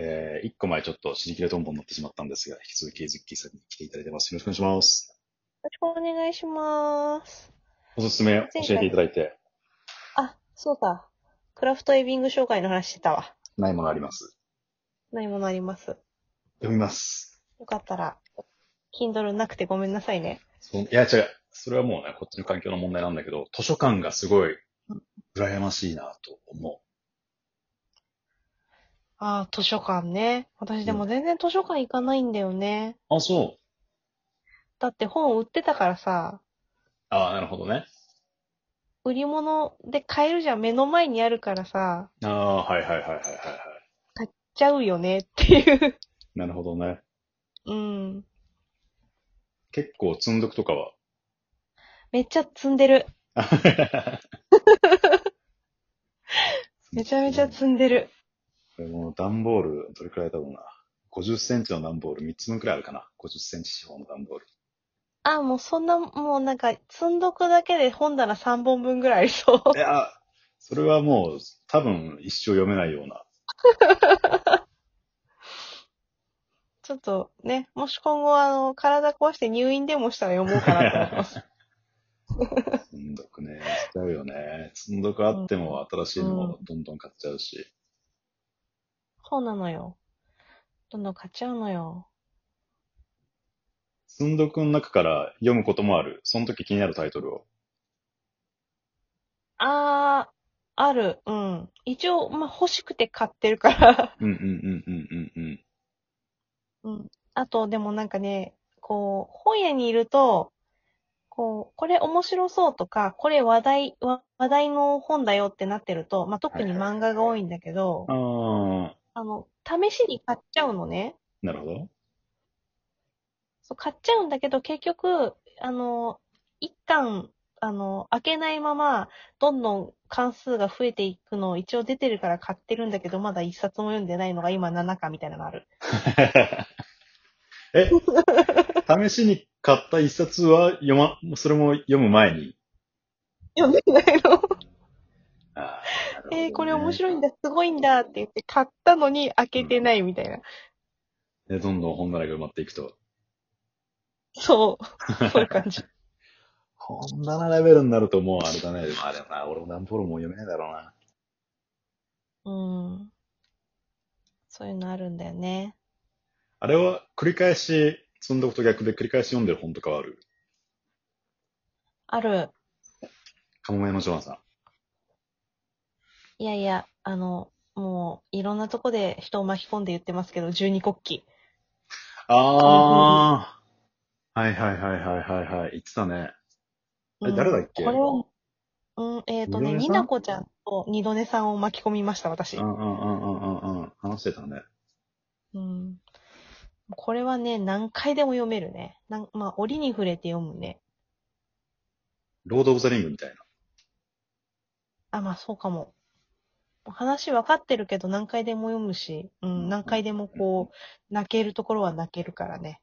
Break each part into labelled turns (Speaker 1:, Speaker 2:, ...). Speaker 1: えー、一個前ちょっと尻切れトンボになってしまったんですが、引き続きズッキーさんに来ていただいてます。よろしくお願いします。
Speaker 2: よろしくお願いします。
Speaker 1: おすすめ教えていただいて、
Speaker 2: あ、そうだ。クラフトエビング紹介の話してたわ。
Speaker 1: ないものあります。
Speaker 2: 何ものあります。
Speaker 1: 読みます。
Speaker 2: よかったら、Kindle なくてごめんなさいね。
Speaker 1: そのいや、違う。それはもうね、こっちの環境の問題なんだけど、図書館がすごい、羨ましいなと思
Speaker 2: ああ、図書館ね。私でも全然図書館行かないんだよね。
Speaker 1: う。あ、そう。
Speaker 2: だって本売ってたからさ、
Speaker 1: ああ、なるほどね。
Speaker 2: 売り物で買えるじゃん。目の前にあるからさ、
Speaker 1: ああ、はいはいはいはいはい。はい
Speaker 2: 行っちゃうよねっていう。
Speaker 1: なるほどね。
Speaker 2: うん。
Speaker 1: 結構積んどくとかは。
Speaker 2: めっちゃ積んでる。 めちゃめちゃ積んでる。
Speaker 1: これもう段ボール、どれくらいだろうな。50センチの段ボール3つ分くらいあるかな。50センチ四方の段ボール。
Speaker 2: あ、もうそんな、もうなんか、積んどくだけで本棚3本分ぐらいありそう。
Speaker 1: いや、それはもう多分一生読めないような。
Speaker 2: ちょっとね、もし今後あの、体壊して入院でもしたら読もうかなと思い ます。
Speaker 1: 積んどくね、しちゃうよね。積んどくあっても新しいのをどんどん買っちゃうし。
Speaker 2: そうなのよ。どんどん買っちゃうのよ。
Speaker 1: 積んどくの中から読むこともある。その時気になるタイトルを。
Speaker 2: あー、ある、うん。一応、まあ、欲しくて買ってるから。
Speaker 1: うんうんうんうんうんうん。
Speaker 2: うん。あと、でもなんかね、こう、本屋にいると、こう、これ面白そうとか、これ話題、わ話題の本だよってなってると、まあ、特に漫画が多いんだけど、
Speaker 1: ああ、
Speaker 2: あの、試しに買っちゃうのね。
Speaker 1: なるほど。
Speaker 2: そう、買っちゃうんだけど、結局、あの、一巻、あの、開けないまま、どんどん関数が増えていくのを一応出てるから買ってるんだけど、まだ一冊も読んでないのが今7巻みたいなのある。
Speaker 1: え、試しに買った一冊は読ま、それも読む前に。
Speaker 2: 読んでないの
Speaker 1: あー
Speaker 2: えーこれ面白いん。
Speaker 1: なる
Speaker 2: だ、すごいんだって言って買ったのに開けてないみたいな。
Speaker 1: ほどねで、どんどん本棚が埋まっていくと。
Speaker 2: そう。そういう感じ。
Speaker 1: 本棚レベルになるともうあれだね。でもあれだな、俺もダンボールも読めないだろうな。
Speaker 2: うん。そういうのあるんだよね。
Speaker 1: あれは繰り返し、積んどくと逆で繰り返し読んでる本とかはある。
Speaker 2: ある。
Speaker 1: かもめのジョナさん。
Speaker 2: いやいや、あの、もう、いろんなとこで人を巻き込んで言ってますけど、十二国旗。
Speaker 1: ああ。はいはいはいはいはいはい。言ってたね。あれ
Speaker 2: うん
Speaker 1: 誰だっけ
Speaker 2: これを、うん、えっ、とね、
Speaker 1: 二度寝さん
Speaker 2: になこちゃんと二度寝さんを巻き込みました、私
Speaker 1: う。んうんうんうんうんうん。話してたね。
Speaker 2: うん。これはね、何回でも読めるね。なんまあ、折に触れて読むね。
Speaker 1: ロード・オブ・ザ・リングみたいな。
Speaker 2: あ、まあ、そうかも。話分かってるけど、何回でも読むし、う
Speaker 1: うん
Speaker 2: ん、何回でもこう、泣けるところは泣けるからね。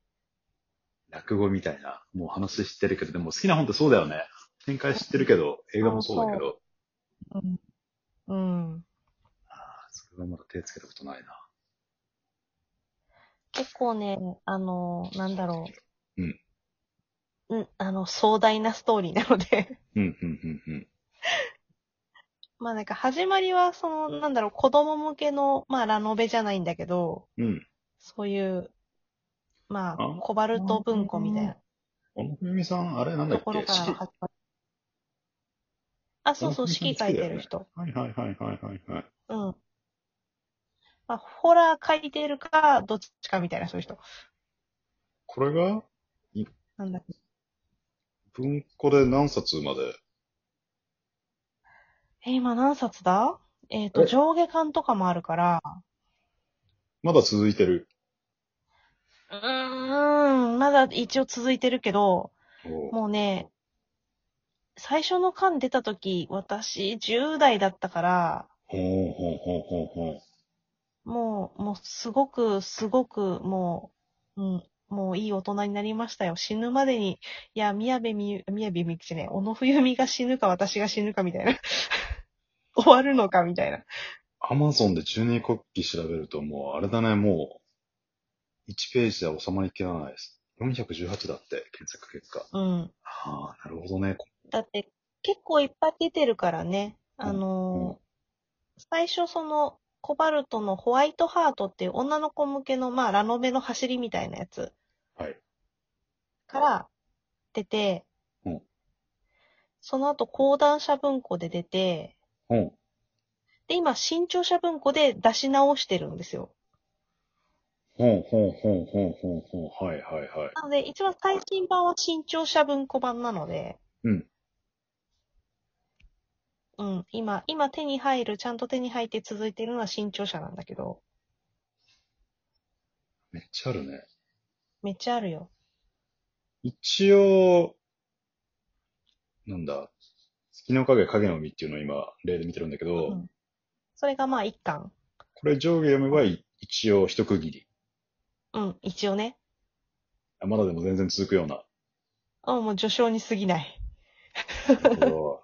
Speaker 1: 落語みたいな。もう話知ってるけど、でも好きな本ってそうだよね。展開知ってるけど、映画もそうだけど。
Speaker 2: うん。うん。
Speaker 1: それはまだ手つけたことないな。
Speaker 2: 結構ね、あの、なんだろう。
Speaker 1: うん。
Speaker 2: うん、あの、壮大なストーリーなので。
Speaker 1: うんうんうんうん。
Speaker 2: まあなんか始まりは、その、なんだろう、子供向けの、まあラノベじゃないんだけど、
Speaker 1: うん。
Speaker 2: そういう、まあ
Speaker 1: あ、
Speaker 2: コバルト文庫みたいな
Speaker 1: 小野文さん、あれなんだ
Speaker 2: と
Speaker 1: っけ
Speaker 2: ころから
Speaker 1: 四
Speaker 2: 始
Speaker 1: 季
Speaker 2: まる。あ、そうそう、
Speaker 1: あ
Speaker 2: 指揮書いてる人。
Speaker 1: はいはいはいはいはいはい。
Speaker 2: うん。まあ、ホラー書いてるか、どっちかみたいな、そういう人。
Speaker 1: これが
Speaker 2: なんだっけ
Speaker 1: 文庫で何冊まで
Speaker 2: え、今何冊だえっ、
Speaker 1: え
Speaker 2: と、上下巻とかもあるから、
Speaker 1: まだ続いてる。
Speaker 2: うーん、まだ一応続いてるけど、
Speaker 1: おう
Speaker 2: もうね、最初の巻出た時、私10代だったから、
Speaker 1: ほうほうほうほうほう。
Speaker 2: もう、もうすごく、すごく、もう、うん、もういい大人になりましたよ。死ぬまでに、いや、宮部みゆ、宮部みゆきじゃねえ、 小野冬美が死ぬか私が死ぬかみたいな。終わるのかみたいな。
Speaker 1: アマゾンで中年国旗調べるともう、あれだね、もう、1ページでは収まりきらないです。418だって、検索結果。
Speaker 2: うん。
Speaker 1: ああ、なるほどね。
Speaker 2: だって、結構いっぱい出てるからね。あのー最初その、コバルトのホワイトハートっていう女の子向けの、まあ、ラノベの走りみたいなやつ
Speaker 1: はい。
Speaker 2: から出て、
Speaker 1: うん
Speaker 2: その後、講談社文庫で出て、
Speaker 1: うん。
Speaker 2: で、今、新潮社文庫で出し直してるんですよ。
Speaker 1: ほんほんほんほんほんほん。はいはいはい。
Speaker 2: なので、一番最新版は新潮社文庫版なので、
Speaker 1: うん。
Speaker 2: うん、今、今手に入る、ちゃんと手に入って続いてるのは新潮社なんだけど、
Speaker 1: めっちゃあるね。
Speaker 2: めっちゃあるよ。
Speaker 1: 一応、なんだ、月の影影の海っていうのを今、例で見てるんだけど、
Speaker 2: うんそれがまあ一巻。
Speaker 1: これ上下読めばい一応一区切り。
Speaker 2: うん、一応ね。
Speaker 1: あまだでも全然続くような。
Speaker 2: うん、もう序章に過ぎない。
Speaker 1: ところは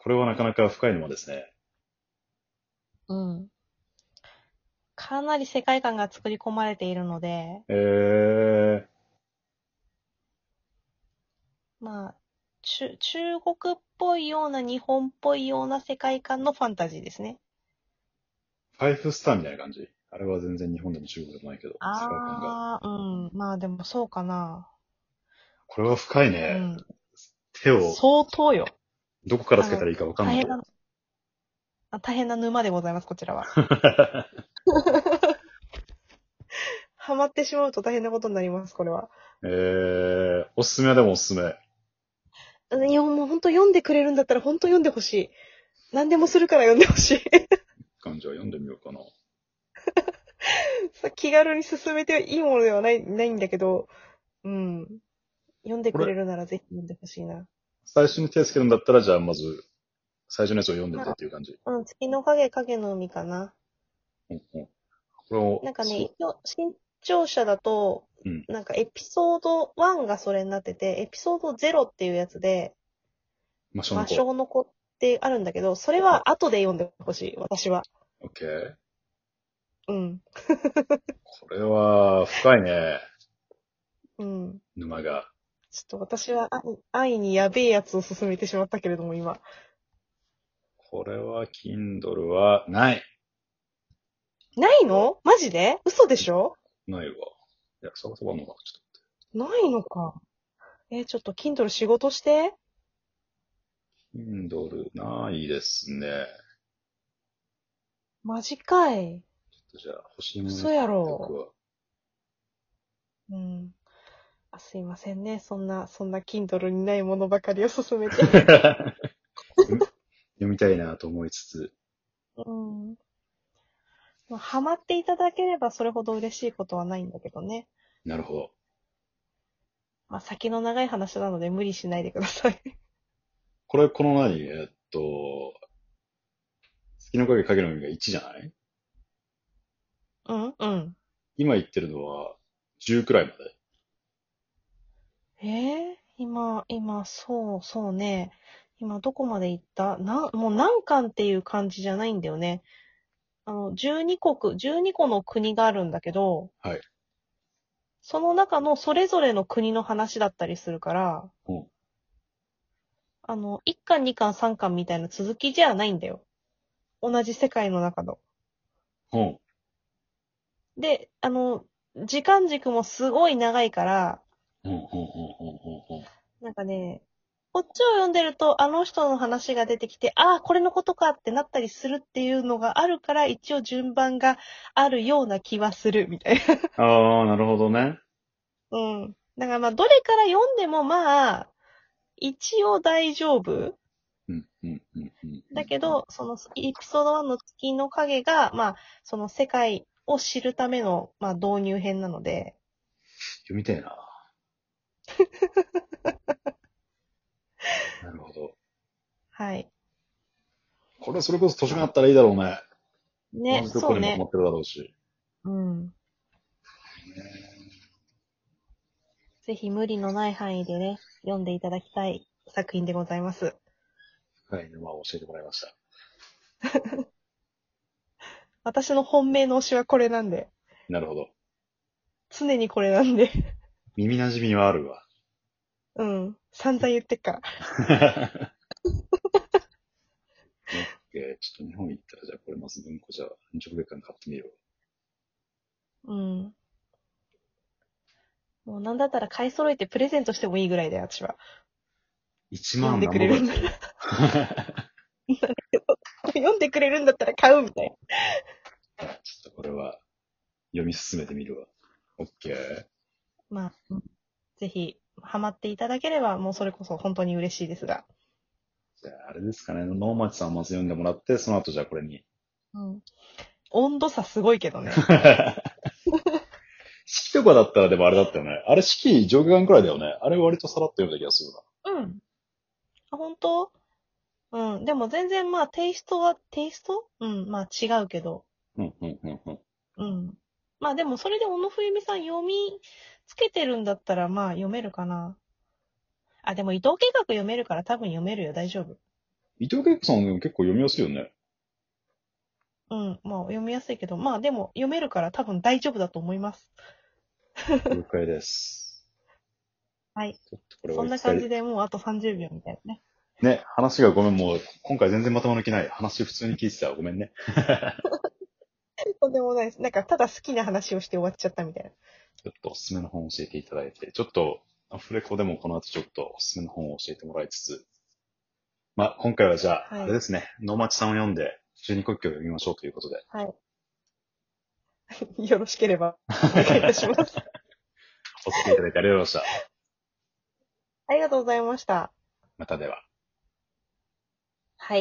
Speaker 1: これはなかなか深い沼ですね。
Speaker 2: うん。かなり世界観が作り込まれているので、
Speaker 1: えー、
Speaker 2: まあ、中、中国っぽいような日本っぽいような世界観のファンタジーですね。
Speaker 1: ファイフスターみたいな感じ。あれは全然日本でも中国でもないけど、世界観が
Speaker 2: ああ、うん。まあでもそうかな。
Speaker 1: これは深いうね。
Speaker 2: ん。
Speaker 1: 手を
Speaker 2: 相当よ。
Speaker 1: どこからつけたらいいかわかん
Speaker 2: 大
Speaker 1: ないけ
Speaker 2: 変
Speaker 1: ど。
Speaker 2: な、あ大変な沼でございます、こちらは。ハマってしまうと大変なことになります、これは。
Speaker 1: えー、おすすめはでもおすすめ。
Speaker 2: うんいや、もう本当読んでくれるんだったら本当読んでほしい。何でもするから読んでほしい。
Speaker 1: 感じは読んでみようかな。
Speaker 2: さ気軽に進めていいものではない、ないんだけど、うん。読んでくれるならぜひ読んでほしいな。
Speaker 1: 最初に手をつけるんだったら、じゃあまず、最初のやつを読んでみてっていう感じ。
Speaker 2: うん、月の影、影の海かな。
Speaker 1: うんうん、これを、
Speaker 2: なんか
Speaker 1: そ
Speaker 2: ね、
Speaker 1: う
Speaker 2: 一応、新潮社だと、
Speaker 1: うん
Speaker 2: なんかエピソード1がそれになってて、エピソード0っていうやつで、
Speaker 1: 魔性の
Speaker 2: 魔
Speaker 1: 子。
Speaker 2: 性の子ってあるんだけど、それは後で読んでほしい、私は。
Speaker 1: オッケー。
Speaker 2: うん。
Speaker 1: これは、深いね。
Speaker 2: うん。
Speaker 1: 沼が。
Speaker 2: ちょっと私は安易にやべえやつを勧めてしまったけれども、今。
Speaker 1: これは、Kindle は、ない。
Speaker 2: ないのマジで嘘でしょ
Speaker 1: ないわ。いや、探せばあんのかなちょっ
Speaker 2: ないのか。えーちょっと Kindle 仕事して。
Speaker 1: と。Kindle、ないですね。
Speaker 2: マジかい。
Speaker 1: ちょっとじゃあ、欲しいもの。
Speaker 2: 嘘やろ
Speaker 1: 僕は。
Speaker 2: うん。あすいませんね。そんな、そんな Kindle にないものばかりを勧めて。
Speaker 1: 読みたいなと思いつつ。
Speaker 2: うん。まあ、ハマっていただければそれほど嬉しいことはないんだけどね。
Speaker 1: なるほど。
Speaker 2: まあ、先の長い話なので無理しないでください。
Speaker 1: これ、この何えっと、月の影影の海が1じゃない
Speaker 2: うんうん。
Speaker 1: 今言ってるのは、10くらいまで。
Speaker 2: えー今、今、そう、そうね。今、どこまで行ったなん、もう何巻っていう感じじゃないんだよね。あの、12国、12個の国があるんだけど、
Speaker 1: はい
Speaker 2: その中のそれぞれの国の話だったりするから、
Speaker 1: うん
Speaker 2: あの、1巻、2巻、3巻みたいな続きじゃないんだよ。同じ世界の中の。
Speaker 1: うん。
Speaker 2: で、あの、時間軸もすごい長いから、
Speaker 1: うん、うん、うん、うん、うん。
Speaker 2: なんかね、こっちを読んでると、あの人の話が出てきて、ああ、これのことかってなったりするっていうのがあるから、一応順番があるような気はする、みたいな。
Speaker 1: ああ、なるほどね。
Speaker 2: うん。だからまあ、どれから読んでもまあ、一応大丈夫
Speaker 1: うん、うん、うん。うん
Speaker 2: だけ、ど、そのエピソード1の月の影が、まあ、その世界を知るための、まあ、導入編なので、
Speaker 1: 読みたいな。 なるほど。
Speaker 2: はい。
Speaker 1: これそれこそ年があったらいいだろうね。
Speaker 2: ね、
Speaker 1: 同じと
Speaker 2: そ
Speaker 1: こ
Speaker 2: う
Speaker 1: にも
Speaker 2: ね
Speaker 1: 泊ま。ってるだろうし。
Speaker 2: うん。ぜひ無理のない範囲でね、読んでいただきたい作品でございます。
Speaker 1: 深い沼を教えてもらいました。
Speaker 2: 私の本命の推しはこれなんで。
Speaker 1: なるほど。
Speaker 2: 常にこれなんで。
Speaker 1: 耳馴染みはあるわ。
Speaker 2: うん。散々言ってっから。
Speaker 1: オッケーちょっと日本行ったら、じゃあこれまず文庫じゃ、直月間買ってみよ
Speaker 2: うん。もうなんだったら買い揃えてプレゼントしてもいいぐらいだよ、私は。
Speaker 1: う。1万
Speaker 2: 読んでくれるんだ
Speaker 1: なんぼだったよ
Speaker 2: 読んでくれるんだったら買うみたいな。
Speaker 1: ちょっとこれは、読み進めてみるわ。オッケー
Speaker 2: まあ、ぜひ、ハマっていただければ、もうそれこそ本当に嬉しいですが。
Speaker 1: じゃあ、あれですかね。能町さんをまず読んでもらって、その後じゃあこれに。
Speaker 2: うん。温度差すごいけどね。
Speaker 1: 式とかだったらでもあれだったよね。あれ式上下巻くらいだよね。あれ割とさらっと読んだ気がするな。
Speaker 2: うん。あ、本当うん。でも全然まあ、テイストは、テイストうん。まあ違うけど。
Speaker 1: うん、うん、うん、うん。
Speaker 2: うん。まあでもそれで小野冬美さん読みつけてるんだったらまあ読めるかな。あ、でも伊藤計画読めるから多分読めるよ。大丈夫。
Speaker 1: 伊藤恵子さんでも結構読みやすいよね。
Speaker 2: うん。まあ読みやすいけど。まあでも読めるから多分大丈夫だと思います。
Speaker 1: 了解です。
Speaker 2: はい。
Speaker 1: ちょっとこれ
Speaker 2: そ
Speaker 1: は
Speaker 2: んな
Speaker 1: 一
Speaker 2: 感
Speaker 1: 回
Speaker 2: じ。でもうあと30秒みたいなね。
Speaker 1: ね、話がごめん、もう今回全然まともにきない。話普通に聞いてたわ。ごめんね。
Speaker 2: とんでもないです。なんかただ好きな話をして終わっちゃったみたいな。
Speaker 1: ちょっとおすすめの本を教えていただいて、ちょっとアフレコでもこの後ちょっとおすすめの本を教えてもらいつつ、まあ今回はじゃあ、
Speaker 2: はい
Speaker 1: あれですね、能町さんを読んで、十二国旗を読みましょうということで。
Speaker 2: はい。よろしけれ ばお願いいたします。
Speaker 1: お付き合いいただいてありがとうございました。
Speaker 2: ありがとうございました。
Speaker 1: またでは。
Speaker 2: はい。